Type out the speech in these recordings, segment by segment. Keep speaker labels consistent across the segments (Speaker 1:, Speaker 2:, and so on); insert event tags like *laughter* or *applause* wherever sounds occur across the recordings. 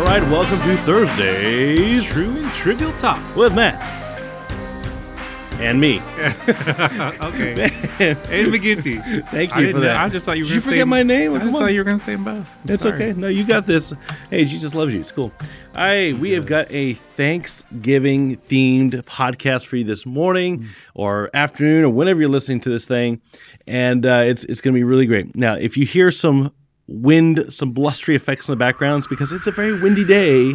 Speaker 1: right, welcome to Thursday's True and Trivial Talk with Matt and me. *laughs*
Speaker 2: *laughs* okay. Aiden McGinty.
Speaker 1: Thank
Speaker 2: I
Speaker 1: you for
Speaker 2: didn't know-
Speaker 1: that.
Speaker 2: I just thought you were
Speaker 1: Did you
Speaker 2: gonna say-
Speaker 1: forget my name?
Speaker 2: I
Speaker 1: Come
Speaker 2: just
Speaker 1: on.
Speaker 2: thought you were gonna say both. I'm
Speaker 1: It's
Speaker 2: sorry.
Speaker 1: okay. No, you got this. Hey, she just loves you. It's cool. All right, we have got a Thanksgiving themed podcast for you this morning or afternoon or whenever you're listening to this thing, and uh, it's it's going to be really great. Now, if you hear some wind, some blustery effects in the background, it's because it's a very windy day.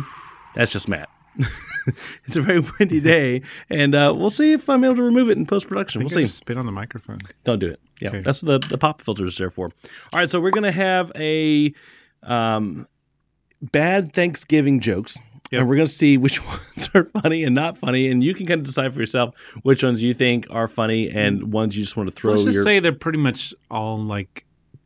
Speaker 1: That's just Matt. *laughs* it's a very windy day, and uh, we'll see if I'm able to remove it in post production. We'll
Speaker 2: You gotta
Speaker 1: see.
Speaker 2: spit on the microphone.
Speaker 1: Don't do it. Yeah,
Speaker 2: Okay.
Speaker 1: that's what the the pop filter is there for. All right, so we're gonna have a um, bad Thanksgiving jokes, and we're gonna see which *laughs* ones are funny and not funny, and you can kind of decide for yourself which ones you think are funny and ones you just want to throw
Speaker 2: Mm. Let's just
Speaker 1: your.
Speaker 2: say they're pretty much all like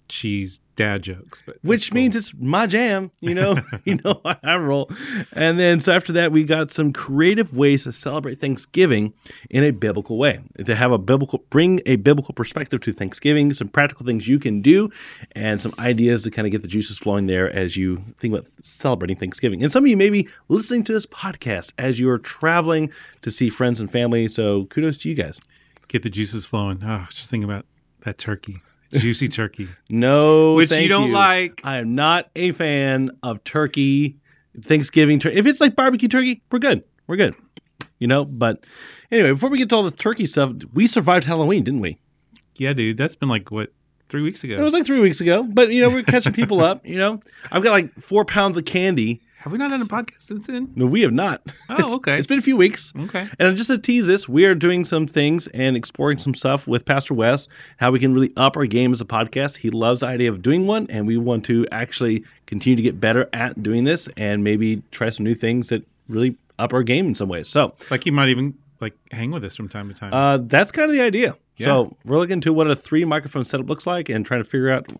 Speaker 2: cheese dad jokes. But
Speaker 1: which means it's my jam, you
Speaker 2: *laughs*
Speaker 1: know, *laughs* you know how I roll. And then so after that, we got some creative ways to celebrate Thanksgiving in a biblical way. To have a biblical, bring a biblical perspective to Thanksgiving, some practical things you can do, and some ideas to kind of get the juices flowing there as you think about celebrating Thanksgiving. And some of you may be listening to this podcast as you're traveling to see friends and family. So kudos to you guys.
Speaker 2: get the juices flowing. Oh, just think about
Speaker 1: *laughs*
Speaker 2: that turkey, juicy turkey.
Speaker 1: No,
Speaker 2: Which
Speaker 1: thank
Speaker 2: you don't like.
Speaker 1: I am not a fan of turkey, Thanksgiving turkey. If it's like barbecue turkey, we're good. We're good. You know, but anyway, before we get to all the turkey stuff, we survived Halloween, didn't we?
Speaker 2: Yeah, dude, that's been like what three weeks ago.
Speaker 1: It was like three weeks ago, but you know, we're catching people up. You know, I've got like four pounds of candy.
Speaker 2: Have we not done a podcast since then? Oh,
Speaker 1: No, we have not. It's-
Speaker 2: okay.
Speaker 1: it's been a few weeks.
Speaker 2: Okay.
Speaker 1: And just to tease this, we are doing some things and exploring some stuff with Pastor Wes, how we can really up our game as a podcast. He loves the idea of doing one, and we want to actually continue to get better at doing this and maybe try some new things that really up our game in some ways. So
Speaker 2: Like you might even like hang with us from time to time.
Speaker 1: uh, that's kind of the idea.
Speaker 2: Yeah.
Speaker 1: So we're looking into what a three microphone setup looks like and trying to figure out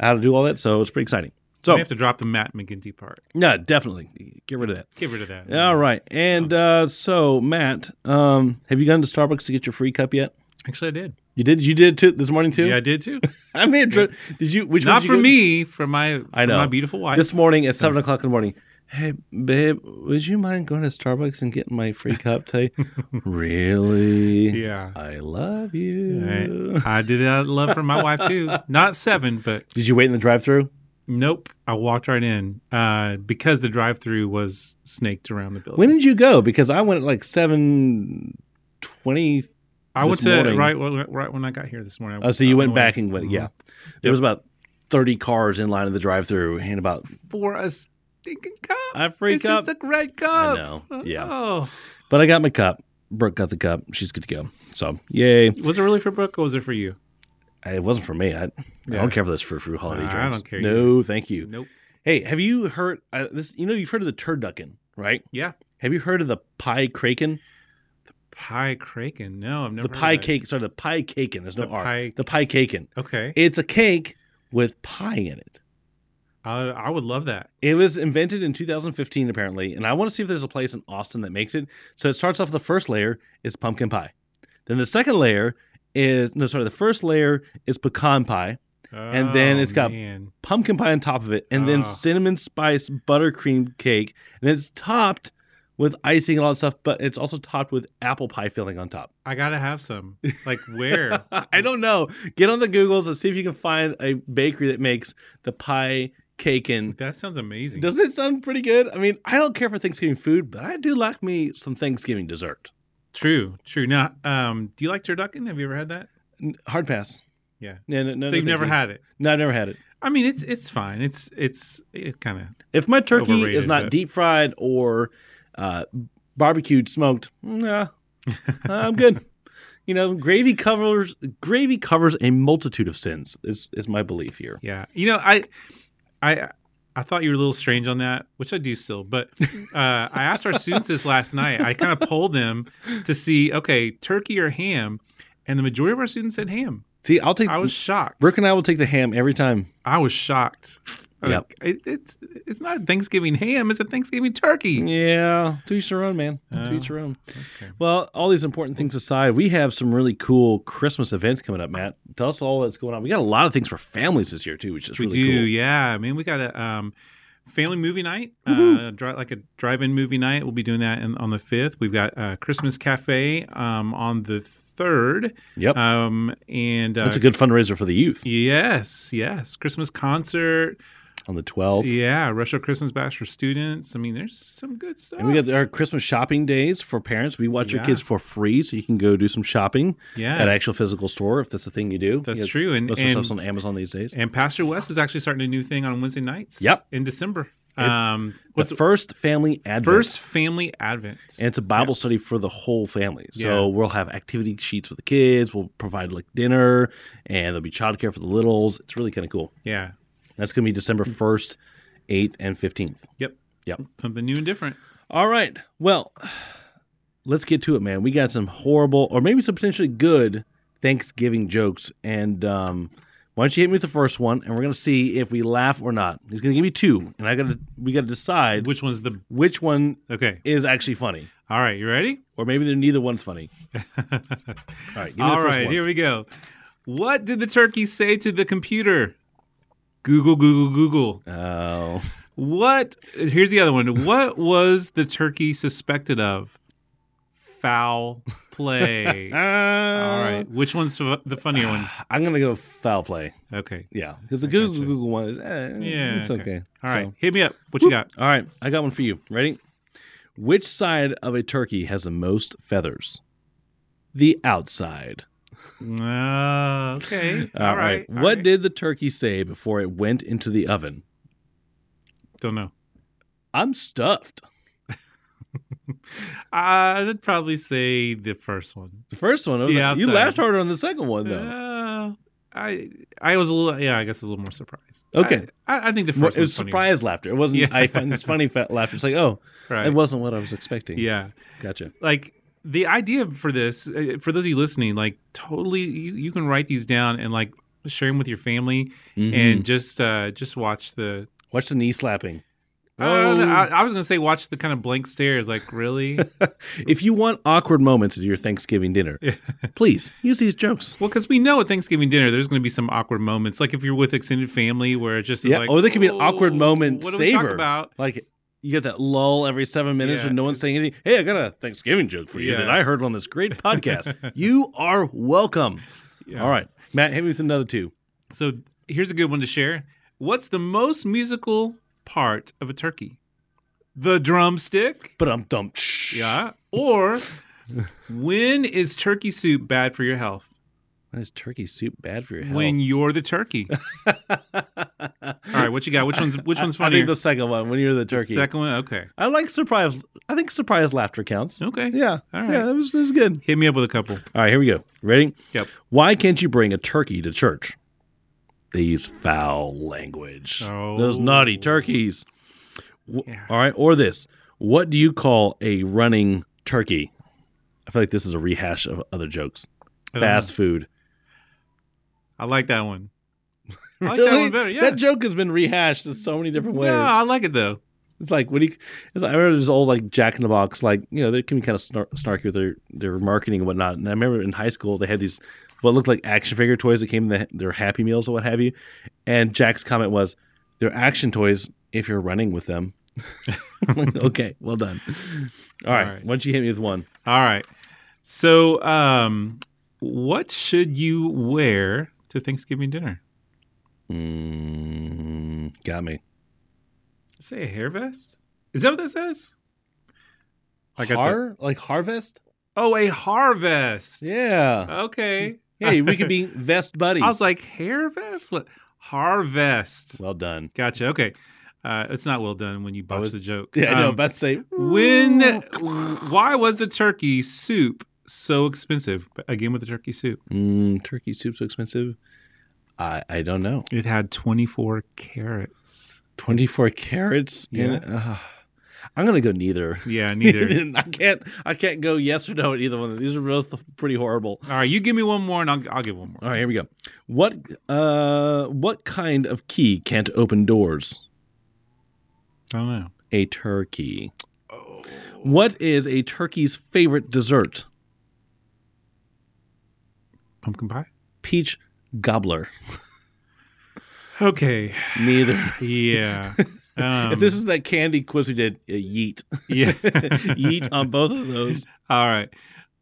Speaker 1: how to do all that. So it's pretty exciting. So
Speaker 2: we have to drop the Matt McGinty part.
Speaker 1: no, definitely get rid of that.
Speaker 2: Get rid of that.
Speaker 1: All right, and uh, so Matt, um, have you gone to Starbucks to get your free cup yet?
Speaker 2: Actually, I did.
Speaker 1: You did. You did it too this morning too.
Speaker 2: Yeah, I did too.
Speaker 1: *laughs* I mean, dr- did you? Which one
Speaker 2: Not
Speaker 1: did you
Speaker 2: for
Speaker 1: go-
Speaker 2: me, for my for
Speaker 1: I know
Speaker 2: my beautiful wife.
Speaker 1: This morning at seven o'clock in the morning. Hey, babe, would you mind going to Starbucks and getting my free cup
Speaker 2: *laughs*
Speaker 1: today? really?
Speaker 2: yeah.
Speaker 1: I love you.
Speaker 2: Right. I did it out of love for my wife too. *laughs* Not seven, but
Speaker 1: Did you wait in the drive-through?
Speaker 2: nope. I walked right in uh, because the drive-through was snaked around the building.
Speaker 1: When did you go? Because I went at like seven twenty.
Speaker 2: I went
Speaker 1: this
Speaker 2: to
Speaker 1: morning-
Speaker 2: right when- right when I got here this morning.
Speaker 1: Oh, so you
Speaker 2: I
Speaker 1: went
Speaker 2: away.
Speaker 1: back and went. Yeah,
Speaker 2: Mhm.
Speaker 1: there was about thirty cars in line at the drive-through, and about
Speaker 2: for a stinking cup.
Speaker 1: I freak
Speaker 2: it's
Speaker 1: up.
Speaker 2: just a red cup.
Speaker 1: know. Yeah.
Speaker 2: Oh.
Speaker 1: but I got my cup. Brooke got the cup. She's good to go. So yay!
Speaker 2: Was it really for Brooke or was it for you?
Speaker 1: It wasn't for me. I, I
Speaker 2: Yeah.
Speaker 1: don't care for this frou frou holiday
Speaker 2: I
Speaker 1: drinks.
Speaker 2: don't care
Speaker 1: No, thank you.
Speaker 2: Nope.
Speaker 1: Hey, have you heard uh, this? You know, you've heard of the turducken, right?
Speaker 2: Yeah.
Speaker 1: Have you heard of the pie kraken?
Speaker 2: Pie Kraken. No, I've never
Speaker 1: The
Speaker 2: heard of
Speaker 1: pie
Speaker 2: that.
Speaker 1: cake. Sorry, the pie caken. There's no
Speaker 2: The
Speaker 1: R.
Speaker 2: pie-
Speaker 1: The pie caken.
Speaker 2: Okay.
Speaker 1: It's a cake with pie in it.
Speaker 2: I, I would love that.
Speaker 1: It was invented in 2015, apparently, and I want to see if there's a place in Austin that makes it. So it starts off the first layer is pumpkin pie, then the second layer is no, sorry, the first layer is pecan pie, And then
Speaker 2: Oh,
Speaker 1: it's got-
Speaker 2: man.
Speaker 1: pumpkin pie on top of it, and then
Speaker 2: Ah.
Speaker 1: cinnamon spice buttercream cake, and it's topped with icing and all that stuff. But it's also topped with apple pie filling on top. *laughs*
Speaker 2: I gotta have some. Like where?
Speaker 1: I don't know. Get on the Googles and see if you can find a bakery that makes the pie cake and.
Speaker 2: That sounds amazing.
Speaker 1: Doesn't it sound pretty good? I mean, I don't care for Thanksgiving food, but I do like me some Thanksgiving dessert.
Speaker 2: True, true. Now, um, do you like turducken? Have you ever had that?
Speaker 1: N- Hard pass.
Speaker 2: Yeah.
Speaker 1: No, no, no,
Speaker 2: so
Speaker 1: no,
Speaker 2: you've
Speaker 1: thank
Speaker 2: never
Speaker 1: you.
Speaker 2: had it.
Speaker 1: No, I've never had it.
Speaker 2: I mean, it's it's fine. It's it's it kind of
Speaker 1: If my turkey is
Speaker 2: Overrated,
Speaker 1: not
Speaker 2: but-
Speaker 1: deep fried or uh, barbecued, smoked, nah, I'm good. *laughs* You know, gravy covers gravy covers a multitude of sins. Is is my belief here?
Speaker 2: yeah. You know, I I I thought you were a little strange on that, which I do still. But uh, I asked our students this last night. I kind of polled them to see, okay, turkey or ham, and the majority of our students said ham.
Speaker 1: See, I'll take
Speaker 2: I was shocked.
Speaker 1: Brooke and I will take the ham every time.
Speaker 2: I was shocked.
Speaker 1: Yep.
Speaker 2: Like, it, it's it's not a Thanksgiving ham. It's a Thanksgiving turkey.
Speaker 1: Yeah, to each their own, man. to
Speaker 2: Oh,
Speaker 1: each their own.
Speaker 2: okay.
Speaker 1: Well, all these important things aside, we have some really cool Christmas events coming up, Matt. Tell us all that's going on. We got a lot of things for families this year too, which is
Speaker 2: we
Speaker 1: really
Speaker 2: do
Speaker 1: cool.
Speaker 2: yeah i mean we got a um family movie night, uh, dri- like a drive-in movie night. We'll be doing that in, on the fifth. We've got uh, Christmas Cafe um, on the third.
Speaker 1: Yep.
Speaker 2: Um, and uh,
Speaker 1: That's a good fundraiser for the youth
Speaker 2: yes, yes, Christmas concert.
Speaker 1: on the 12th.
Speaker 2: Yeah, Russia Christmas Bash for students. I mean, there's some good stuff.
Speaker 1: And we got our Christmas shopping days for parents. We watch your
Speaker 2: Yeah.
Speaker 1: kids for free, so you can go do some shopping
Speaker 2: yeah,
Speaker 1: at actual physical store if that's the thing you do.
Speaker 2: that's
Speaker 1: You know,
Speaker 2: true. And
Speaker 1: Most of the
Speaker 2: and,
Speaker 1: stuff's on Amazon these days.
Speaker 2: and Pastor West is actually starting a new thing on Wednesday nights.
Speaker 1: Yep.
Speaker 2: in December. Um, what's
Speaker 1: the first family advent.
Speaker 2: first family advent?
Speaker 1: And it's a Bible study for the whole family. So
Speaker 2: Yeah.
Speaker 1: we'll have activity sheets for the kids. We'll provide like dinner, and there'll be childcare for the littles. It's really kind of cool.
Speaker 2: yeah,
Speaker 1: That's going to be December
Speaker 2: Mm.
Speaker 1: 1st, 8th, and 15th.
Speaker 2: yep,
Speaker 1: Yep.
Speaker 2: something new and different.
Speaker 1: All right. Well, let's get to it, man. We got some horrible or maybe some potentially good Thanksgiving jokes. And um, why don't you hit me with the first one and we're gonna see if we laugh or not. He's gonna give me two, and I gotta we gotta decide
Speaker 2: Which one's the
Speaker 1: which one
Speaker 2: okay?
Speaker 1: is actually funny.
Speaker 2: All right, you ready?
Speaker 1: Or maybe they're neither one's
Speaker 2: *laughs*
Speaker 1: funny. All right, give me
Speaker 2: All
Speaker 1: the first
Speaker 2: right,
Speaker 1: one.
Speaker 2: here we go. What did the turkey say to the computer? Google, Google, Google.
Speaker 1: Oh.
Speaker 2: What? Here's the other one. What *laughs* was the turkey suspected of? Foul
Speaker 1: *laughs*
Speaker 2: play. All right. Which one's the the funny one?
Speaker 1: I'm gonna go foul play.
Speaker 2: Okay.
Speaker 1: Yeah. Because the
Speaker 2: I
Speaker 1: Google
Speaker 2: gotcha.
Speaker 1: Google one is eh,
Speaker 2: Yeah,
Speaker 1: it's
Speaker 2: okay.
Speaker 1: okay.
Speaker 2: All right.
Speaker 1: So-
Speaker 2: Hit me up. What you got?
Speaker 1: All right, I got one for you. Ready? Which side of a turkey has the most feathers? The outside.
Speaker 2: Uh, okay. All right. all
Speaker 1: what
Speaker 2: right.
Speaker 1: did the turkey say before it went into the oven?
Speaker 2: Don't know.
Speaker 1: I'm stuffed.
Speaker 2: Uh, I'd probably say the first one.
Speaker 1: The first one. I was
Speaker 2: The
Speaker 1: like, you
Speaker 2: outside.
Speaker 1: laughed harder on the second one though.
Speaker 2: Uh, I I was a little yeah I guess a little more surprised.
Speaker 1: Okay.
Speaker 2: I, I, I think the
Speaker 1: More-
Speaker 2: first
Speaker 1: it was
Speaker 2: one's funny.
Speaker 1: surprise laughter. It wasn't.
Speaker 2: Yeah.
Speaker 1: I find this funny fa- laughter. It's like, oh,
Speaker 2: Right.
Speaker 1: it wasn't what I was expecting.
Speaker 2: Yeah.
Speaker 1: Gotcha.
Speaker 2: like the idea for this uh, for those of you listening like totally you, you can write these down and like share them with your family
Speaker 1: Mhm.
Speaker 2: and just uh just watch the
Speaker 1: watch the knee slapping. Oh.
Speaker 2: I, don't know,
Speaker 1: Whoa.
Speaker 2: Uh, I, I was gonna say watch the kind of blank stares
Speaker 1: *laughs*
Speaker 2: like really well
Speaker 1: if you want awkward moments at your Thanksgiving
Speaker 2: *laughs*
Speaker 1: dinner, please use these jokes.
Speaker 2: because we know at thanksgiving dinner there's gonna be some awkward moments like if you're with extended family where it just is
Speaker 1: Yeah,
Speaker 2: like
Speaker 1: or there could be an
Speaker 2: "Whoa,
Speaker 1: awkward moment
Speaker 2: what do we talk
Speaker 1: saver."
Speaker 2: about
Speaker 1: Like you get that lull every seven minutes
Speaker 2: Yeah.
Speaker 1: and no one's saying anything. Hey, I got a Thanksgiving joke for you
Speaker 2: Yeah.
Speaker 1: that I heard on this great
Speaker 2: *laughs*
Speaker 1: podcast. you are welcome.
Speaker 2: Yeah.
Speaker 1: All right. Matt, hit me with another two.
Speaker 2: so here's a good one to share what's the most musical part of a turkey the drumstick
Speaker 1: But I'm dumped. Shh.
Speaker 2: Yeah.
Speaker 1: *laughs*
Speaker 2: Or when is turkey soup bad for your health?
Speaker 1: Why is turkey soup bad for your health?
Speaker 2: When you're
Speaker 1: *laughs*
Speaker 2: the turkey. All right, what you got? Which one's which one's
Speaker 1: I
Speaker 2: funny?
Speaker 1: think the second one, when you're the turkey.
Speaker 2: Second one. Okay.
Speaker 1: I like surprise. I think surprise laughter counts.
Speaker 2: Okay.
Speaker 1: Yeah.
Speaker 2: All right.
Speaker 1: Yeah, that was, that was good.
Speaker 2: Hit me up with a couple.
Speaker 1: All right, here we go. Ready?
Speaker 2: Yep.
Speaker 1: Why can't you bring a turkey to church? They use foul language. Those
Speaker 2: Oh.
Speaker 1: naughty turkeys. W-
Speaker 2: Yeah.
Speaker 1: All right, or this. What do you call a running turkey? I feel like this is a rehash of other jokes.
Speaker 2: I don't
Speaker 1: Fast food.
Speaker 2: know. I like that one. I like that
Speaker 1: Really?
Speaker 2: one better. Yeah.
Speaker 1: That joke has been rehashed in so many different ways.
Speaker 2: no, I like it though.
Speaker 1: It's like what do you? It's like, I remember this old like Jack in the Box, like you know they can be kind of snar- snarky with their their marketing and whatnot. And I remember in high school they had these what looked like action figure toys that came in the, their Happy Meals or what have you. And Jack's comment was, "They're action toys if you're running with them." *laughs* okay, well done. All right,
Speaker 2: All right.
Speaker 1: why don't you hit me with one?
Speaker 2: All right. So, um, what should you wear to Thanksgiving dinner?
Speaker 1: Mm, got me.
Speaker 2: Say a hair vest? Is that what that says?
Speaker 1: Like
Speaker 2: Like at the-
Speaker 1: Har like harvest?
Speaker 2: Oh, a harvest.
Speaker 1: Yeah.
Speaker 2: Okay.
Speaker 1: hey, we could
Speaker 2: *laughs*
Speaker 1: be vest buddies.
Speaker 2: Uh, I was like, hair vest? What? Harvest.
Speaker 1: well done.
Speaker 2: Gotcha. Okay. Uh, it's not well done when you botch
Speaker 1: was-
Speaker 2: the joke.
Speaker 1: Yeah, I know.
Speaker 2: Um,
Speaker 1: about to say
Speaker 2: when, why was the turkey soup so expensive? Again, with the turkey soup,
Speaker 1: Mm, turkey soup so expensive? I I don't know.
Speaker 2: it had 24 carrots.
Speaker 1: Twenty four carats. in- Ugh. I'm gonna go neither.
Speaker 2: Yeah, neither.
Speaker 1: *laughs* I can't. I can't go yes or no at either one. of These are both pretty horrible.
Speaker 2: All right, you give me one more and I'll, I'll give one more.
Speaker 1: All right, here we go. What uh what kind of key can't open doors?
Speaker 2: I don't know.
Speaker 1: A turkey.
Speaker 2: Oh.
Speaker 1: What is a turkey's favorite dessert?
Speaker 2: Pumpkin pie?
Speaker 1: Peach gobbler.
Speaker 2: Okay.
Speaker 1: Neither.
Speaker 2: Yeah. *laughs*
Speaker 1: *laughs*
Speaker 2: Um,
Speaker 1: if this is that candy quiz we did, uh, yeet. *laughs*
Speaker 2: yeah, *laughs*
Speaker 1: yeet on both of those.
Speaker 2: All right,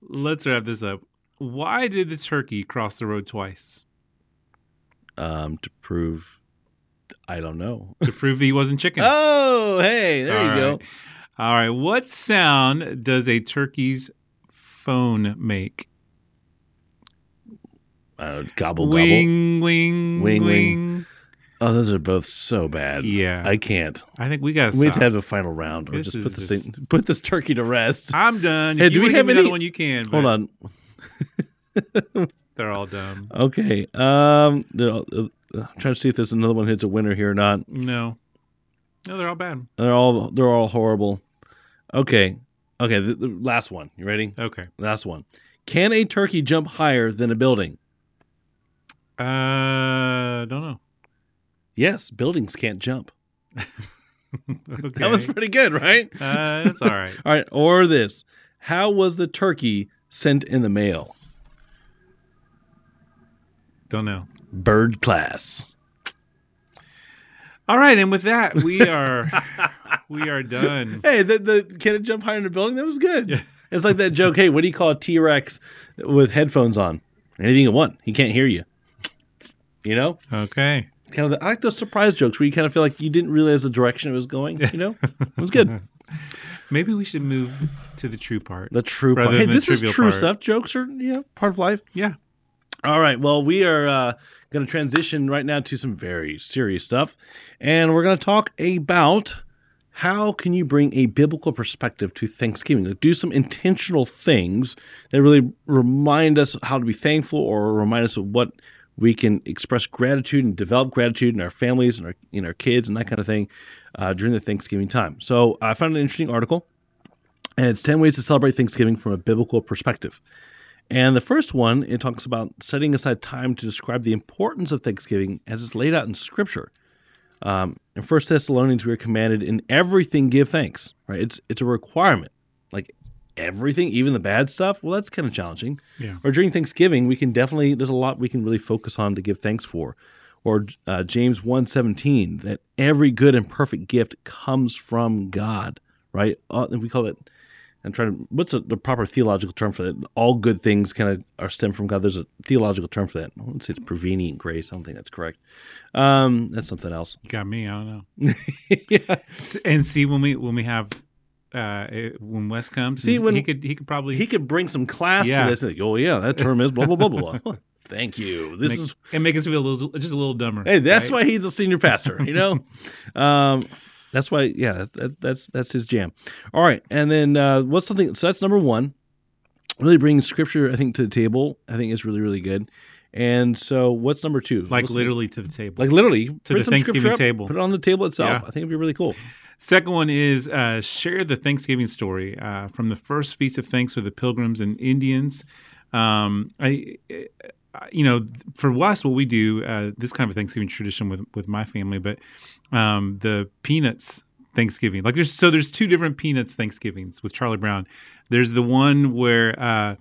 Speaker 2: let's wrap this up. Why did the turkey cross the road twice
Speaker 1: Um, to prove, I don't know.
Speaker 2: to prove that he wasn't chicken?
Speaker 1: *laughs* Oh, hey, there you
Speaker 2: All
Speaker 1: go.
Speaker 2: right. All right, what sound does a turkey's phone make?
Speaker 1: Uh, gobble, gobble.
Speaker 2: wing, wing,
Speaker 1: Wing,
Speaker 2: wing,
Speaker 1: wing. Oh, those are both so bad.
Speaker 2: Yeah, I,
Speaker 1: I can't.
Speaker 2: think we got to
Speaker 1: We need to
Speaker 2: stop.
Speaker 1: have a final round. Or
Speaker 2: This
Speaker 1: just
Speaker 2: is
Speaker 1: put this
Speaker 2: just- Ah,
Speaker 1: thing, put this turkey to rest.
Speaker 2: I'm done.
Speaker 1: Hey,
Speaker 2: if
Speaker 1: do
Speaker 2: you
Speaker 1: we
Speaker 2: wanna
Speaker 1: have
Speaker 2: give me another
Speaker 1: any-
Speaker 2: one? You can. but
Speaker 1: Hold on.
Speaker 2: They're all dumb.
Speaker 1: Okay. Um, they're all- uh, I'm trying to see if there's another one hits a winner here or not.
Speaker 2: No, no, they're all bad.
Speaker 1: They're all they're all horrible. Okay. Okay, the, the last one. You ready?
Speaker 2: Okay.
Speaker 1: Last one. Can a turkey jump higher than a building?
Speaker 2: Uh, don't know. *laughs*
Speaker 1: Yes, buildings can't jump.
Speaker 2: okay.
Speaker 1: That was pretty good, right?
Speaker 2: uh, that's all right.
Speaker 1: All right, or this. How was the turkey sent in the mail?
Speaker 2: Don't know.
Speaker 1: Bird class.
Speaker 2: All right, and with that, we are *laughs* we are done.
Speaker 1: Hey, the, the can it jump higher than a building? That was good.
Speaker 2: Yeah.
Speaker 1: It's like that joke. Hey, what do you call a T Rex with headphones on? Anything you want. He can't hear you. You know?
Speaker 2: Okay.
Speaker 1: kind of the, I like those surprise jokes where you kind of feel like you didn't realize the direction it was going. You know, it was
Speaker 2: *laughs*
Speaker 1: good.
Speaker 2: Maybe we should move to the true part.
Speaker 1: The true
Speaker 2: Rather
Speaker 1: part. Hey,
Speaker 2: than the
Speaker 1: this is
Speaker 2: trivial
Speaker 1: true
Speaker 2: part.
Speaker 1: stuff. Jokes are you know part of life.
Speaker 2: Yeah.
Speaker 1: All right. Well, we are uh, going to transition right now to some very serious stuff, and we're going to talk about how can you bring a biblical perspective to Thanksgiving? Like do some intentional things that really remind us how to be thankful, or remind us of what we can express gratitude and develop gratitude in our families and our in our kids and that kind of thing uh, during the Thanksgiving time. So I found an interesting article, and it's ten ways to celebrate Thanksgiving from a biblical perspective. And the first one, it talks about setting aside time to describe the importance of Thanksgiving as it's laid out in Scripture. Um, in First Thessalonians, we are commanded in everything give thanks. Right? It's it's a requirement. Like everything, even the bad stuff. Well, that's kind of challenging.
Speaker 2: Yeah.
Speaker 1: Or during Thanksgiving, we can definitely there's a lot we can really focus on to give thanks for. Or uh, James 1.17, that every good and perfect gift comes from God. Right? Uh, and we call it I'm trying to what's the, the proper theological term for that? All good things kind of are stem from God. There's a theological term for that. I wouldn't say it's prevenient grace. I don't think that's correct. Um, that's something else.
Speaker 2: You got me. I don't know. *laughs*
Speaker 1: yeah.
Speaker 2: S- And see when we when we have uh it- when Wes comes,
Speaker 1: See,
Speaker 2: and
Speaker 1: when-
Speaker 2: he could he could probably
Speaker 1: He could bring some class
Speaker 2: Yeah.
Speaker 1: to this. Like, oh yeah, that term is blah blah blah blah
Speaker 2: *laughs*
Speaker 1: blah. Thank you. This
Speaker 2: make,
Speaker 1: is
Speaker 2: and make us feel a little just a little dumber.
Speaker 1: hey, that's why
Speaker 2: right?
Speaker 1: he's a senior pastor. You
Speaker 2: *laughs*
Speaker 1: know, um, that's why yeah, that, that's that's his jam. All right, and then uh, what's something? So that's number one. Really bringing scripture, I think, to the table. I think is really really good. And so, what's number two?
Speaker 2: like
Speaker 1: What's-
Speaker 2: literally to the table.
Speaker 1: like literally to
Speaker 2: the Thanksgiving table.
Speaker 1: Put it on the table itself.
Speaker 2: Yeah.
Speaker 1: I think it'd be really cool.
Speaker 2: Second one is uh, share the Thanksgiving story uh, from the first feast of thanks with the pilgrims and Indians. Um, I, I- you know, for us, what we do uh, this kind of a Thanksgiving tradition with with my family, but um, the peanuts Thanksgiving. Like there's so there's two different peanuts Thanksgivings with Charlie Brown. There's the one where uh,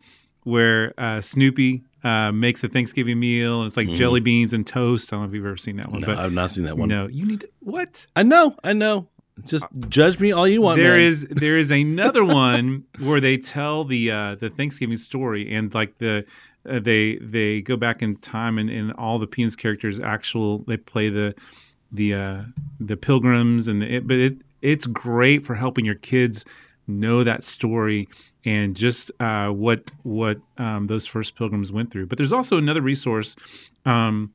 Speaker 2: where uh, Snoopy. Uh, makes the Thanksgiving meal, and it's like
Speaker 1: Mhm.
Speaker 2: jelly beans and toast. I don't know if you've ever seen that one,
Speaker 1: No,
Speaker 2: but
Speaker 1: I've not seen that one.
Speaker 2: no, you need to, what?
Speaker 1: I know, I know. Just judge me all you want.
Speaker 2: There
Speaker 1: man.
Speaker 2: is there is another one *laughs* where they tell the uh, the Thanksgiving story and like the uh, they they go back in time and, and all the Peanuts characters actual they play the the uh, the pilgrims and the, it, but it it's great for helping your kids know that story and just uh, what what um, those first pilgrims went through. But there's also another resource. Um,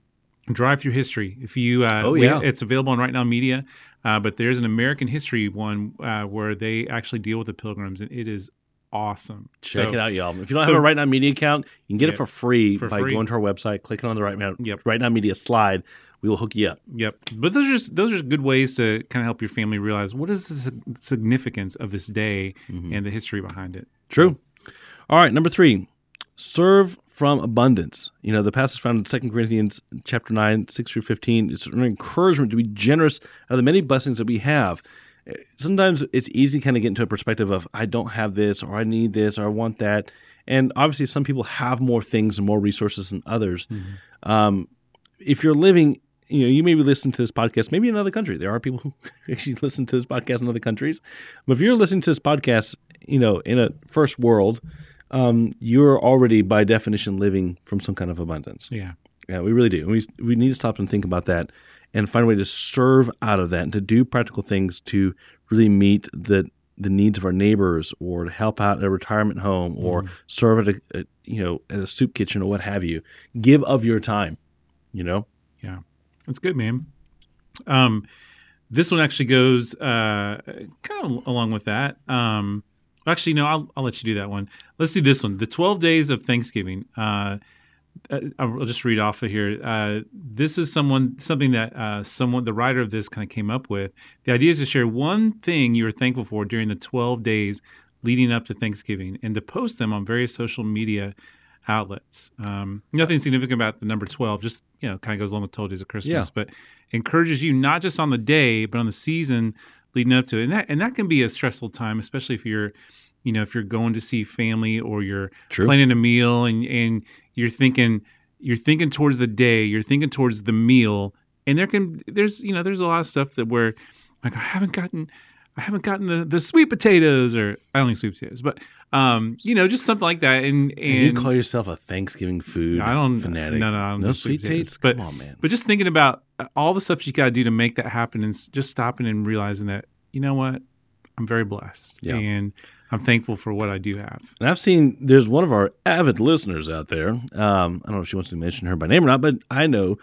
Speaker 2: Drive through history. If you, uh,
Speaker 1: Oh,
Speaker 2: we-
Speaker 1: yeah.
Speaker 2: it's available on Right Now Media. Uh, but there's an American history one uh, where they actually deal with the pilgrims, and it is awesome.
Speaker 1: Check
Speaker 2: So-
Speaker 1: it out, y'all. If you don't
Speaker 2: so-
Speaker 1: have a Right Now Media account, you can get it
Speaker 2: Yeah,
Speaker 1: for free
Speaker 2: for
Speaker 1: by
Speaker 2: free.
Speaker 1: going to our website, clicking on the Right Now,
Speaker 2: Yep.
Speaker 1: right now Media slide. We will hook you up.
Speaker 2: Yep. But those are just, those are good ways to kind of help your family realize what is the sig- significance of this day
Speaker 1: Mm-hmm.
Speaker 2: and the history behind it.
Speaker 1: True. All right, number three, serve from abundance. You know, the passage found in 2 Corinthians chapter 9, 6 through 15. It's an encouragement to be generous out of the many blessings that we have. Eh, Sometimes it's easy to kind of get into a perspective of, I don't have this, or I need this, or I want that. And obviously, some people have more things and more resources than others. Um, if you're living you know, you may be listening to this podcast, maybe in another country. There are people who *laughs* actually listen to this podcast in other countries. But if you're listening to this podcast, you know, in a first world, um, you're already by definition living from some kind of abundance.
Speaker 2: Yeah.
Speaker 1: Yeah, we really do. We we need to stop and think about that, and find a way to serve out of that, and to do practical things to really meet the the needs of our neighbors, or to help out at a retirement home, or
Speaker 2: Mm-hmm.
Speaker 1: serve at a, a you know at a soup kitchen or what have you. Give of your time, you know.
Speaker 2: That's good, man. Um, this one actually goes uh, kind of along with that. Um, actually, no, I'll, I'll let you do that one. Let's do this one. The 12 days of Thanksgiving. Uh, uh, I'll just read off of here. Uh, this is someone something that uh, someone the writer of this kind of came up with. The idea is to share one thing you are thankful for during the 12 days leading up to Thanksgiving, and to post them on various social media outlets. Um, nothing significant about the number 12. Just you know, kind of goes along with 12 days of Christmas, but encourages you not just on the day, but on the season leading up to it. And that and that can be a stressful time, especially if you're, you know, if you're going to see family or you're
Speaker 1: True.
Speaker 2: planning a meal and and you're thinking you're thinking towards the day you're thinking towards the meal and there can there's you know there's a lot of stuff that where like i haven't gotten i haven't gotten the, the sweet potatoes or i don't eat sweet potatoes but um you know just something like that and and,
Speaker 1: And you call yourself a Thanksgiving food
Speaker 2: I don't
Speaker 1: fanatic?
Speaker 2: no no I don't
Speaker 1: no
Speaker 2: do
Speaker 1: sweet
Speaker 2: potatoes,
Speaker 1: tates.
Speaker 2: but
Speaker 1: Come on, man.
Speaker 2: but just thinking about uh, all the stuff you got to do to make that happen and s- just stopping and realizing that you know what i'm very blessed
Speaker 1: Yeah.
Speaker 2: and i'm thankful for what i do have
Speaker 1: And I've seen there's one of our avid listeners out there. Um, I don't know if she wants to mention her by name or not, but I know,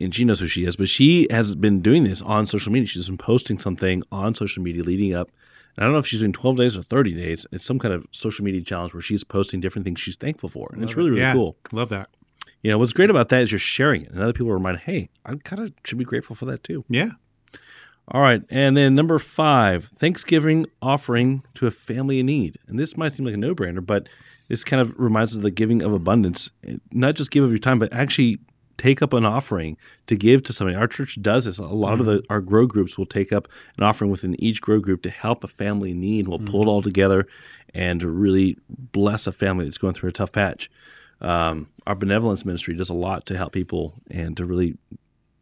Speaker 1: and she knows who she is. But she has been doing this on social media. She's been posting something on social media leading up. And I don't know if she's doing 12 days or 30 days. It's some kind of social media challenge where she's posting different things she's thankful for, and it's
Speaker 2: Love
Speaker 1: really
Speaker 2: it.
Speaker 1: really
Speaker 2: Yeah.
Speaker 1: cool.
Speaker 2: love that
Speaker 1: You know what's great about that is you're sharing it, and other people are reminded, hey, I kind of should be grateful for that too.
Speaker 2: yeah
Speaker 1: All right. And then number five, Thanksgiving offering to a family in need. And this might seem like a no brainer, but this kind of reminds us of the giving of abundance. Not just give of your time, but actually take up an offering to give to somebody. Our church does this. A lot of the our grow groups will take up an offering within each grow group to help a family in need. We'll pull it all together and to really bless a family that's going through a tough patch. Um, our benevolence ministry does a lot to help people and to really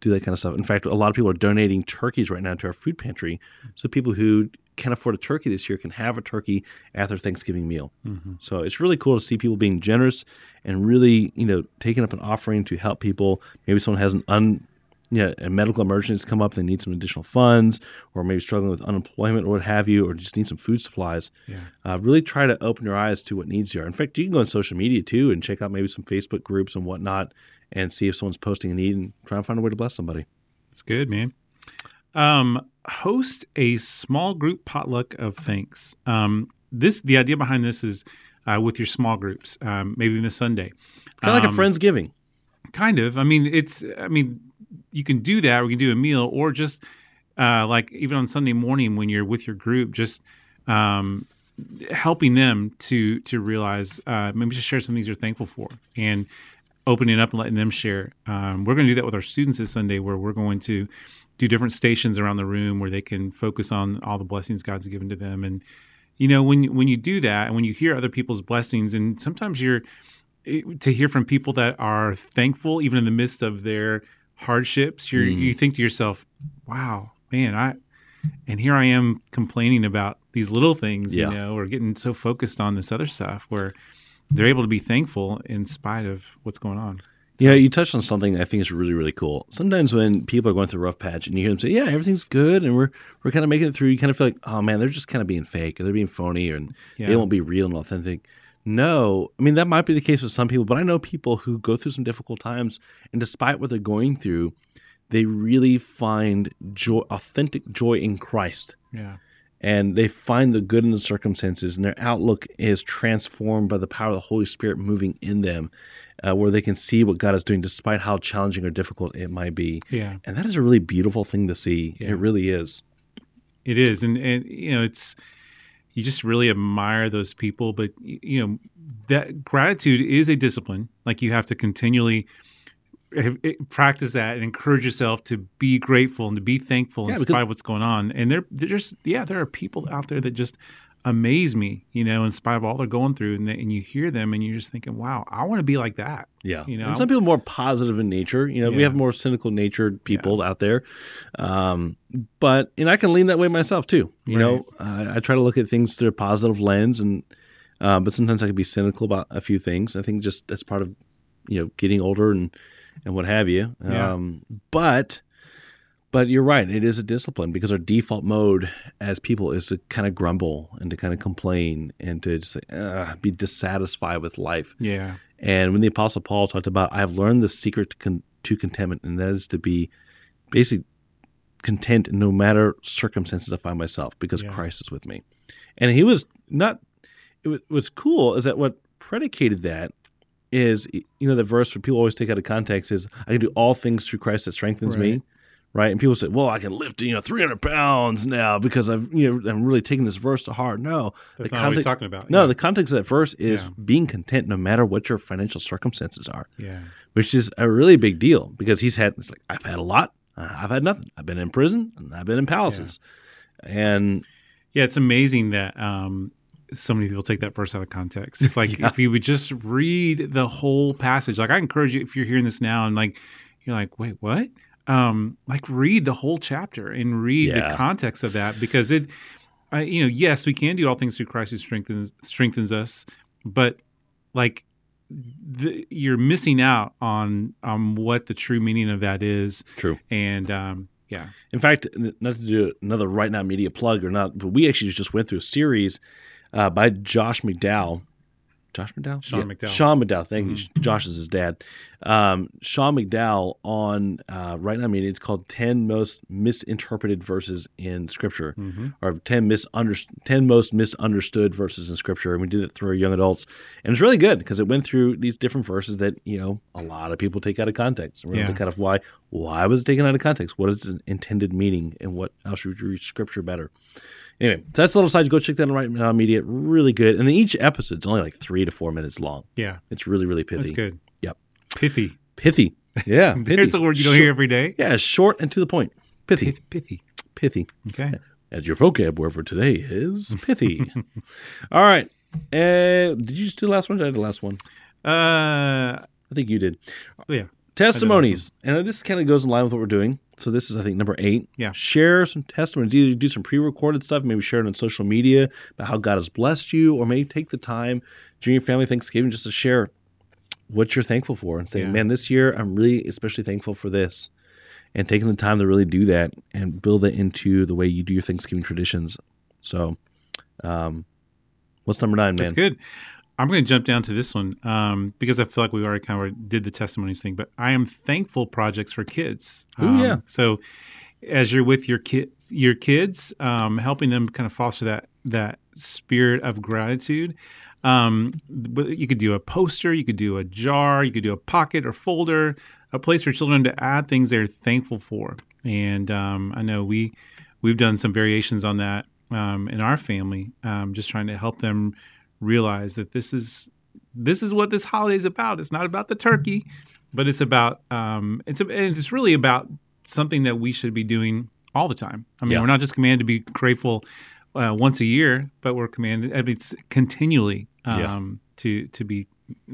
Speaker 1: do that kind of stuff. In fact, a lot of people are donating turkeys right now to our food pantry, so people who can't afford a turkey this year can have a turkey at their Thanksgiving meal. So it's really cool to see people being generous and really, you know, taking up an offering to help people. Maybe someone has an un, you know, a medical emergency that's come up, they need some additional funds, or maybe struggling with unemployment or what have you, or just need some food supplies.
Speaker 2: Yeah.
Speaker 1: Uh, really try to open your eyes to what needs there. In fact, you can go on social media too and check out maybe some Facebook groups and whatnot and see if someone's posting a need and try and find a way to bless somebody.
Speaker 2: It's good, man. Um, host a small group potluck of thanks. Um, this the idea behind this is uh, with your small groups, um, maybe even a Sunday,
Speaker 1: Kind of like
Speaker 2: Um,
Speaker 1: a Friendsgiving.
Speaker 2: Kind of. I mean, it's. I mean, you can do that. We can do a meal, or just uh, like even on Sunday morning when you're with your group, just um, helping them to to realize uh, maybe just share some things you're thankful for and opening up and letting them share. Um, we're going to do that with our students this Sunday, where we're going to do different stations around the room where they can focus on all the blessings God's given to them. And you know, when when you do that, and when you hear other people's blessings, and sometimes you're it- eh, to hear from people that are thankful even in the midst of their hardships you
Speaker 1: Mm.
Speaker 2: you think to yourself wow man i and here i am complaining about these little things
Speaker 1: Yeah.
Speaker 2: you know or getting so focused on this other stuff where they're able to be thankful in spite of what's going on
Speaker 1: You know, you touched on something I think is really, really cool. Sometimes when people are going through a rough patch and you hear them say, Yeah, everything's good and we're we're kind of making it through, you kind of feel like, oh man, they're just kind of being fake or they're being phony and
Speaker 2: yeah
Speaker 1: they won't be real and authentic. No, I mean that might be the case with some people, but I know people who go through some difficult times, and despite what they're going through, they really find joy, authentic joy in Christ,
Speaker 2: yeah
Speaker 1: and they find the good in the circumstances, and their outlook is transformed by the power of the Holy Spirit moving in them, uh, where they can see what God is doing, despite how challenging or difficult it might be.
Speaker 2: yeah
Speaker 1: And that is a really beautiful thing to see.
Speaker 2: Yeah.
Speaker 1: It really is.
Speaker 2: It is, and and you know, it's you just really admire those people, but y- you know that gratitude is a discipline. Like you have to continually eh, eh, practice that and encourage yourself to be grateful and to be thankful
Speaker 1: Yeah,
Speaker 2: in
Speaker 1: because-
Speaker 2: spite of what's going on. And there, there's yeah, there are people out there that just amaze me, you know, in spite of all they're going through. And, they, and you hear them and you're just thinking, wow, I want to be like that.
Speaker 1: Yeah.
Speaker 2: You know,
Speaker 1: and some people are more positive in nature. You know, we
Speaker 2: Yeah.
Speaker 1: have more cynical natured people out there. Um, but, and I can lean that way myself too. You know, I, I try to look at things through a positive lens and, uh, but sometimes I can be cynical about a few things. I think just that's part of, you know, getting older and, and what have you.
Speaker 2: Yeah.
Speaker 1: Um, but, but you're right. It is a discipline because our default mode as people is to kind of grumble and to kind of complain and to just uh, be dissatisfied with life.
Speaker 2: Yeah.
Speaker 1: And when the Apostle Paul talked about, I have learned the secret to, con- to contentment, and that is to be basically content in no matter circumstances I find myself because
Speaker 2: Yeah.
Speaker 1: Christ is with me. And he was not, it was, what's cool is that what predicated that is, you know, the verse where people always take out of context is, I can do all things through Christ that strengthens me.
Speaker 2: Right.
Speaker 1: Right. And people say, well, I can lift, you know, 300 pounds now because I've, you know, I'm really taking this verse to heart. No,
Speaker 2: That's
Speaker 1: The
Speaker 2: not what
Speaker 1: context-
Speaker 2: he's talking about.
Speaker 1: no,
Speaker 2: yeah.
Speaker 1: the context of that verse is
Speaker 2: Yeah.
Speaker 1: being content no matter what your financial circumstances are,
Speaker 2: yeah.
Speaker 1: which is a really big deal because he's had, it's like, I've had a lot, uh, I've had nothing. I've been in prison and I've been in palaces. And
Speaker 2: Yeah, it's amazing that um, so many people take that verse out of context.
Speaker 1: *laughs*
Speaker 2: It's like if you would just read the whole passage. Like I encourage you if you're hearing this now and like you're like, wait, what? Um, like read the whole chapter and read
Speaker 1: Yeah.
Speaker 2: the context of that because it, I, you know, yes, we can do all things through Christ who strengthens strengthens us, but like the, you're missing out on on what the true meaning of that is.
Speaker 1: true.
Speaker 2: And um, yeah,
Speaker 1: In fact, n- not to do another right now media plug or not, but we actually just went through a series uh, by Josh McDowell. Josh McDowell?
Speaker 2: Sean McDowell. Mm-hmm.
Speaker 1: Sean McDowell. Thank you. Josh is his dad. Um, Sean McDowell on uh, Right Now Media. It's called 10 Most Misinterpreted Verses in Scripture.
Speaker 2: Mhm.
Speaker 1: or 10, misunder- 10 most misunderstood verses in scripture and we did it through our young adults and it's really good because it went through these different verses that you know a lot of people take out of context we're
Speaker 2: Yeah.
Speaker 1: going to kind of why why was it taken out of context what is its intended meaning and what how should we read scripture better anyway so that's a little side go check that out right now media really good and then each episode's only like three to four minutes long
Speaker 2: yeah,
Speaker 1: it's really really
Speaker 2: that's
Speaker 1: pithy
Speaker 2: good.
Speaker 1: Yep.
Speaker 2: pithy.
Speaker 1: pithy yeah pithy.
Speaker 2: *laughs* There's a word you don't
Speaker 1: Short-
Speaker 2: hear every day.
Speaker 1: yeah short and to the point pithy
Speaker 2: Pithy.
Speaker 1: pithy
Speaker 2: Okay.
Speaker 1: As your vocab word for today is pithy. All right. Uh, did you just do the last one? Or did I do the last one?
Speaker 2: Uh,
Speaker 1: I think you did.
Speaker 2: Oh, yeah.
Speaker 1: Testimonies. And this kind of goes in line with what we're doing. So this is, I think, number eight.
Speaker 2: Yeah.
Speaker 1: Share some testimonies. Either do some pre-recorded stuff, maybe share it on social media about how God has blessed you, or maybe take the time during your family Thanksgiving just to share what you're thankful for and say,
Speaker 2: Yeah.
Speaker 1: man, this year I'm really especially thankful for this. And taking the time to really do that and build it into the way you do your Thanksgiving traditions. So, um, what's number nine,
Speaker 2: That's
Speaker 1: man?
Speaker 2: good. I'm going to jump down to this one um, because I feel like we already kind of did the testimonies thing, but I am thankful projects for kids.
Speaker 1: Ooh,
Speaker 2: Um,
Speaker 1: yeah.
Speaker 2: So as you're with your kids, your kids, um, helping them kind of foster that that spirit of gratitude. Um, but you could do a poster, you could do a jar, you could do a pocket or folder, a place for children to add things they're thankful for. And um, I know we we've done some variations on that um, in our family, um, just trying to help them realize that this is this is what this holiday is about. It's not about the turkey, but it's about um, it's and it's really about something that we should be doing all the time. I mean,
Speaker 1: Yeah.
Speaker 2: we're not just commanded to be grateful uh, once a year, but we're commanded I mean, it's continually
Speaker 1: Yeah.
Speaker 2: um, to to be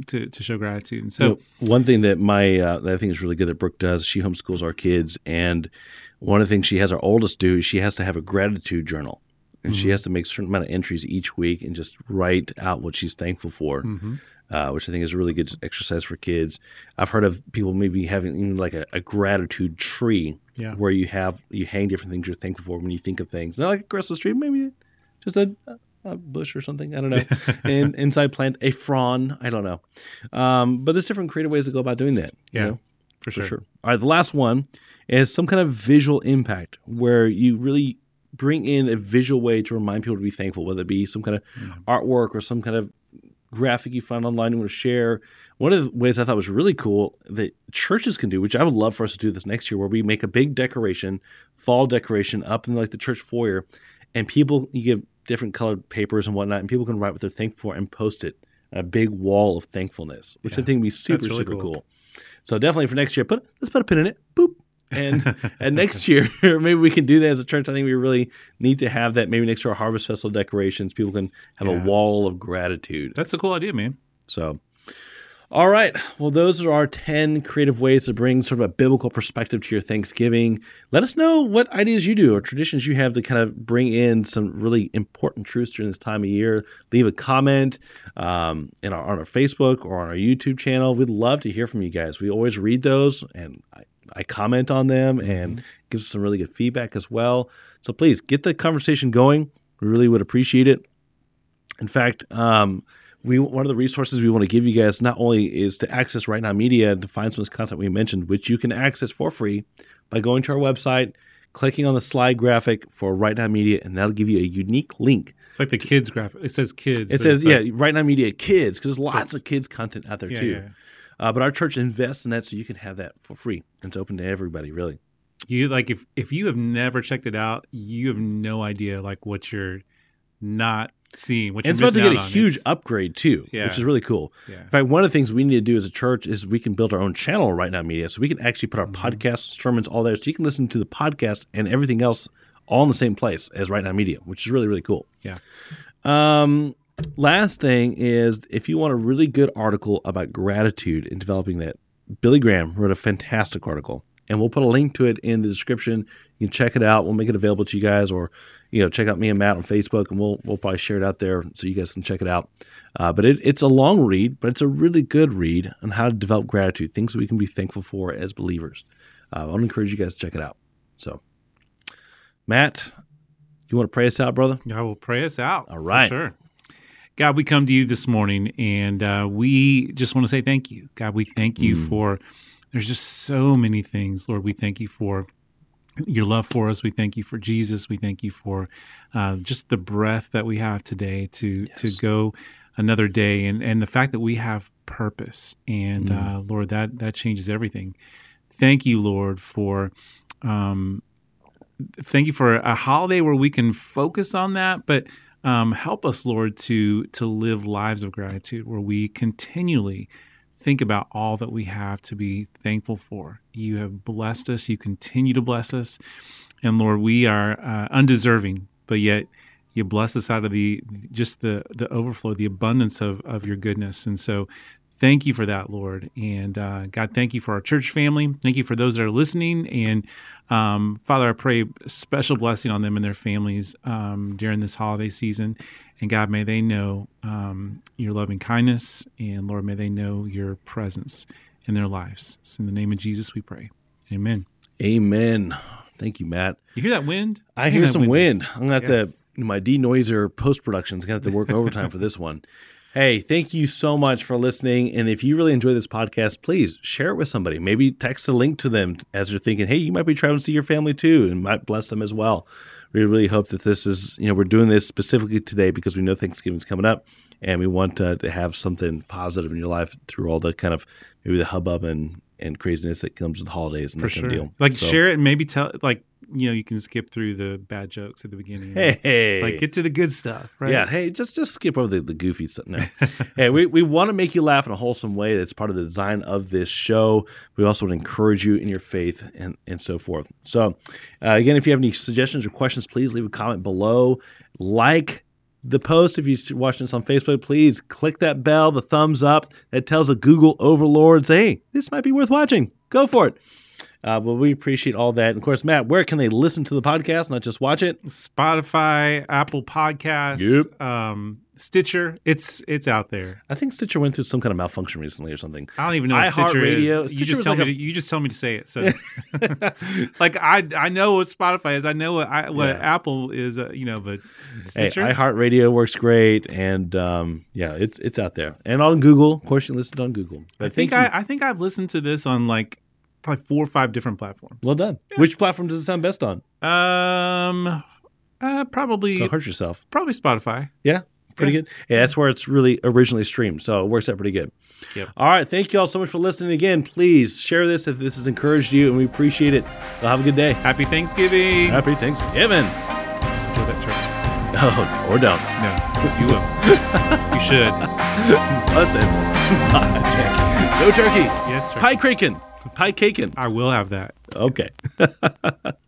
Speaker 2: to, to show gratitude. And so
Speaker 1: So one thing that my uh, that I think is really good that Brooke does, she homeschools our kids, and one of the things she has our oldest do is she has to have a gratitude journal, and she
Speaker 2: Mhm.
Speaker 1: has to make a certain amount of entries each week and just write out what she's thankful for,
Speaker 2: mhm.
Speaker 1: uh, which I think is a really good exercise for kids. I've heard of people maybe having even like a, a gratitude tree
Speaker 2: yeah.
Speaker 1: where you have you hang different things you're thankful for when you think of things. Not like a Christmas tree, maybe just a, a bush or something. I don't know. and inside plant a frond. I don't know. Um, but there's different creative ways to go about doing that. you
Speaker 2: Yeah,
Speaker 1: know, for
Speaker 2: for sure.
Speaker 1: sure. All right, the last one is some kind of visual impact where you really bring in a visual way to remind people to be thankful, whether it be some kind of
Speaker 2: Yeah.
Speaker 1: artwork or some kind of graphic you find online you want to share. One of the ways I thought was really cool that churches can do, which I would love for us to do this next year, where we make a big decoration, fall decoration up in like the church foyer, and people you give different colored papers and whatnot, and people can write what they're thankful for and post it on a big wall of thankfulness, which I
Speaker 2: Yeah.
Speaker 1: think would be super
Speaker 2: really
Speaker 1: super cool.
Speaker 2: cool.
Speaker 1: So definitely for next year, put let's put a pin in it. Boop.
Speaker 2: *laughs*
Speaker 1: And and next year, *laughs* maybe we can do that as a church. I think we really need to have that. Maybe next to our harvest festival decorations, people can have a
Speaker 2: Yeah.
Speaker 1: wall of gratitude.
Speaker 2: That's a cool idea, man.
Speaker 1: So, all right. Well, those are our 10 creative ways to bring sort of a biblical perspective to your Thanksgiving. Let us know what ideas you do or traditions you have to kind of bring in some really important truths during this time of year. Leave a comment um, in our, on our Facebook or on our YouTube channel. We'd love to hear from you guys. We always read those and I, I comment on them and gives us some really good feedback as well. So please get the conversation going. We really would appreciate it. In fact, um, we one of the resources we want to give you guys not only is to access Right Now Media to find some of this content we mentioned, which you can access for free by going to our website, clicking on the slide graphic for Right Now Media, and that'll give you a unique link.
Speaker 2: It's like the kids graphic. It says kids.
Speaker 1: It
Speaker 2: but
Speaker 1: says,
Speaker 2: it's like-
Speaker 1: yeah, Right Now Media Kids, because there's lots of kids content out there
Speaker 2: yeah,
Speaker 1: too.
Speaker 2: yeah.
Speaker 1: Uh, but our church invests in that, so you can have that for free. It's open to everybody, really.
Speaker 2: You like if if you have never checked it out, you have no idea like what you're not seeing. What
Speaker 1: And it's
Speaker 2: you're
Speaker 1: about to get
Speaker 2: missing
Speaker 1: a
Speaker 2: out on.
Speaker 1: huge
Speaker 2: It's-
Speaker 1: upgrade too,
Speaker 2: Yeah.
Speaker 1: which is really cool.
Speaker 2: Yeah.
Speaker 1: In fact, one of the things we need to do as a church is we can build our own channel right now, media. So we can actually put our
Speaker 2: Mhm.
Speaker 1: podcasts, sermons, all there. So you can listen to the podcast and everything else all in the same place as right now media, which is really, really cool.
Speaker 2: Yeah.
Speaker 1: Um, last thing is if you want a really good article about gratitude and developing that, Billy Graham wrote a fantastic article. And we'll put a link to it in the description. You can check it out. We'll make it available to you guys or you know, check out me and Matt on Facebook, and we'll we'll probably share it out there so you guys can check it out. Uh, but it, it's a long read, but it's a really good read on how to develop gratitude, things that we can be thankful for as believers. Uh, I'll encourage you guys to check it out. So, Matt, you want to pray us out, brother?
Speaker 2: I will pray us out.
Speaker 1: All
Speaker 2: for
Speaker 1: right.
Speaker 2: sure. God, we come to you this morning and uh, we just want to say thank you. God, we thank you
Speaker 1: Mm.
Speaker 2: for, there's just so many things, Lord. We thank you for your love for us. We thank you for Jesus. We thank you for uh, just the breath that we have today to, to
Speaker 1: Yes.
Speaker 2: go another day and, and the fact that we have purpose. And
Speaker 1: Mm.
Speaker 2: uh, Lord, that, that changes everything. Thank you, Lord, for. Um, thank you for a holiday where we can focus on that but um, help us lord to to live lives of gratitude where we continually think about all that we have to be thankful for you have blessed us you continue to bless us and lord we are uh, undeserving but yet you bless us out of the just the the overflow the abundance of of your goodness and so thank you for that lord and uh, god thank you for our church family thank you for those that are listening and um, Father, I pray special blessing on them and their families um, during this holiday season. And God, may they know um, your loving kindness. And Lord, may they know your presence in their lives. It's in the name of Jesus we pray. Amen.
Speaker 1: Amen. Thank you, Matt.
Speaker 2: You hear that wind?
Speaker 1: I hear
Speaker 2: that
Speaker 1: some
Speaker 2: is-
Speaker 1: wind. I'm gonna have
Speaker 2: Yes.
Speaker 1: to my denoiser post production is gonna have to work overtime for this one. Hey, thank you so much for listening. And if you really enjoy this podcast, please share it with somebody. Maybe text a link to them as you're thinking, hey, you might be traveling to see your family too, and might bless them as well. We really hope that this is, you know, we're doing this specifically today because we know Thanksgiving's coming up, and we want uh, to have something positive in your life through all the kind of maybe the hubbub and and craziness that comes with the holidays and
Speaker 2: For
Speaker 1: that kind
Speaker 2: sure.
Speaker 1: of deal.
Speaker 2: Like
Speaker 1: So-
Speaker 2: share it and maybe tell, like, you know, you can skip through the bad jokes at the beginning.
Speaker 1: Hey,
Speaker 2: Like get to the good stuff, right?
Speaker 1: Yeah. Hey, just just skip over the, the goofy stuff. No. hey, we, we want to make you laugh in a wholesome way. That's part of the design of this show. We also want to encourage you in your faith and, and so forth. So, uh, again, if you have any suggestions or questions, please leave a comment below. Like the post if you're watching this on Facebook. Please click that bell, the thumbs up that tells the Google overlords, hey, this might be worth watching. Go for it. Uh, but we appreciate all that. And of course, Matt, where can they listen to the podcast, not just watch it?
Speaker 2: Spotify, Apple Podcasts, um, Stitcher. It's it's out there.
Speaker 1: I think Stitcher went through some kind of malfunction recently or something.
Speaker 2: I don't even know what Stitcher
Speaker 1: iHeartRadio.
Speaker 2: is.
Speaker 1: Stitcher
Speaker 2: you just
Speaker 1: was
Speaker 2: tell
Speaker 1: like
Speaker 2: me.
Speaker 1: a-
Speaker 2: to, you just tell me to say it. So, *laughs*
Speaker 1: *laughs*
Speaker 2: like, I I know what Spotify is. I know what I, what
Speaker 1: Yeah.
Speaker 2: Apple is. Uh, you know, but
Speaker 1: hey,
Speaker 2: Stitcher.
Speaker 1: iHeartRadio works great, and um, yeah, it's it's out there and on Google. Of course, you listed on Google. But
Speaker 2: I think
Speaker 1: thank you.
Speaker 2: I, I think I've listened to this on like probably four or five different platforms.
Speaker 1: well done. Which platform does it sound best on?
Speaker 2: um, uh, probably
Speaker 1: Don't hurt yourself.
Speaker 2: probably Spotify.
Speaker 1: Pretty good. Yeah, that's where it's really originally streamed, so it works out pretty good.
Speaker 2: Yep.
Speaker 1: All right, thank you all so much for listening again. Please share this if this has encouraged you, and we appreciate it. Well, have a good day.
Speaker 2: Happy Thanksgiving.
Speaker 1: Happy Thanksgiving. *laughs*
Speaker 2: Enjoy that
Speaker 1: Oh, or don't.
Speaker 2: turkey. No, you
Speaker 1: *laughs*
Speaker 2: will. you should.
Speaker 1: Let's end this. *laughs* Bye, Jack. Go turkey.
Speaker 2: Yes, turkey.
Speaker 1: Pie Kraken. Pie caking.
Speaker 2: Ah. I will have that.
Speaker 1: Okay.